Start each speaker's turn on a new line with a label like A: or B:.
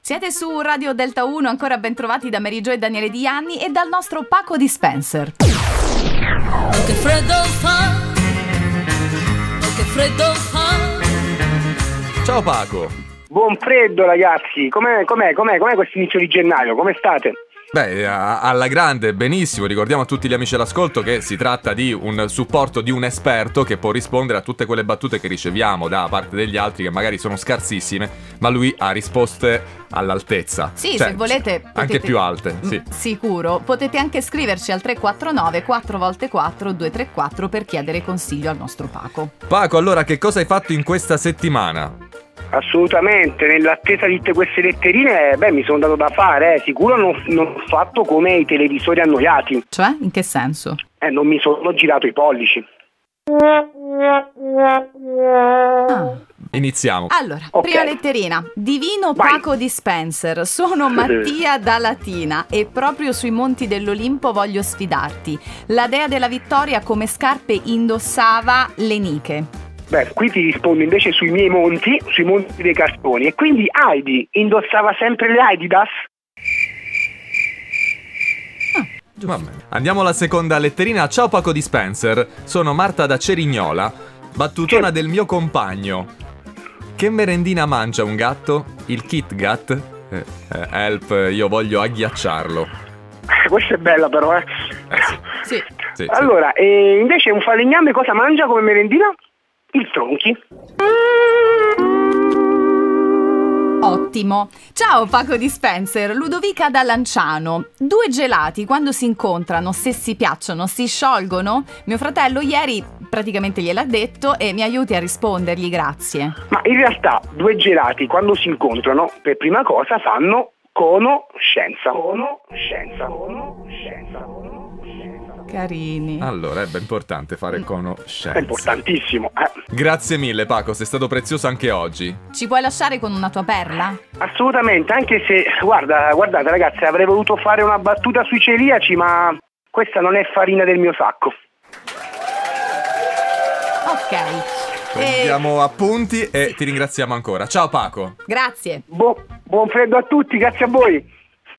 A: Siete su Radio Delta 1, ancora ben trovati da Mary Jo e Daniele Dianni e dal nostro Paco Dispenser.
B: Che freddo fa, che freddo fa.
C: Ciao Paco.
D: Buon freddo ragazzi, com'è, com'è, com'è, com'è questo inizio di gennaio? Come state?
C: Beh, eh, a- alla grande, benissimo. Ricordiamo a tutti gli amici all'ascolto che si tratta di un supporto di un esperto che può rispondere a tutte quelle battute che riceviamo da parte degli altri, che magari sono scarsissime, ma lui ha risposte all'altezza.
A: Sì,
C: Cioè,
A: se volete...
C: Anche
A: potete-
C: più alte, sì.
A: Mm, Sicuro, potete anche scriverci al 349 4x4 234 per chiedere consiglio al nostro Paco.
C: Paco, allora, che cosa hai fatto in questa settimana?
D: Assolutamente, nell'attesa di tutte queste letterine, beh, mi sono dato da fare, eh. sicuro non, non ho fatto come i televisori annoiati,
A: Cioè, in che senso?
D: eh, non mi sono girato i pollici.
A: Ah.
C: Iniziamo.
A: Allora,
D: Ok.
A: prima letterina. Divino
D: Vai.
A: Paco Dispenser, sono Mattia da Latina e proprio sui monti dell'Olimpo voglio sfidarti. La dea della vittoria come scarpe indossava le niche.
D: Beh, qui ti rispondo invece sui miei monti, sui monti dei cartoni. E quindi Heidi indossava sempre le Adidas?
C: Vabbè. Andiamo alla seconda letterina. Ciao Paco Dispenser, sono Marta da Cerignola, battutona
D: Sì.
C: del mio compagno. Che merendina mangia un gatto? Il Kit Kat? Eh, eh, help, io voglio agghiacciarlo.
D: Questa è bella però, eh.
C: Eh sì,
A: Sì.
C: sì, sì.
D: Allora, e invece un falegname cosa mangia come merendina? Il tronchi.
A: Ottimo. Ciao Paco Dispenser, Ludovica da Lanciano. Due gelati quando si incontrano, se si piacciono, si sciolgono? Mio fratello ieri praticamente gliel'ha detto e mi aiuti a rispondergli, grazie.
D: Ma in realtà due gelati quando si incontrano per prima cosa fanno conoscenza. Conoscenza. Conoscenza. Conoscenza.
A: Carini.
C: Allora, è ben importante fare
D: Mm. È
C: conoscenza.
D: importantissimo. eh.
C: Grazie mille Paco, sei stato prezioso anche oggi.
A: Ci puoi lasciare con una tua perla?
D: Assolutamente, anche se, guarda, guardate ragazzi, avrei voluto fare una battuta sui celiaci, ma questa non è farina del mio sacco.
A: Ok. Eh,
C: Prendiamo appunti e ti ringraziamo ancora. Ciao Paco.
A: grazie.
D: Boh, buon freddo a tutti, grazie a voi.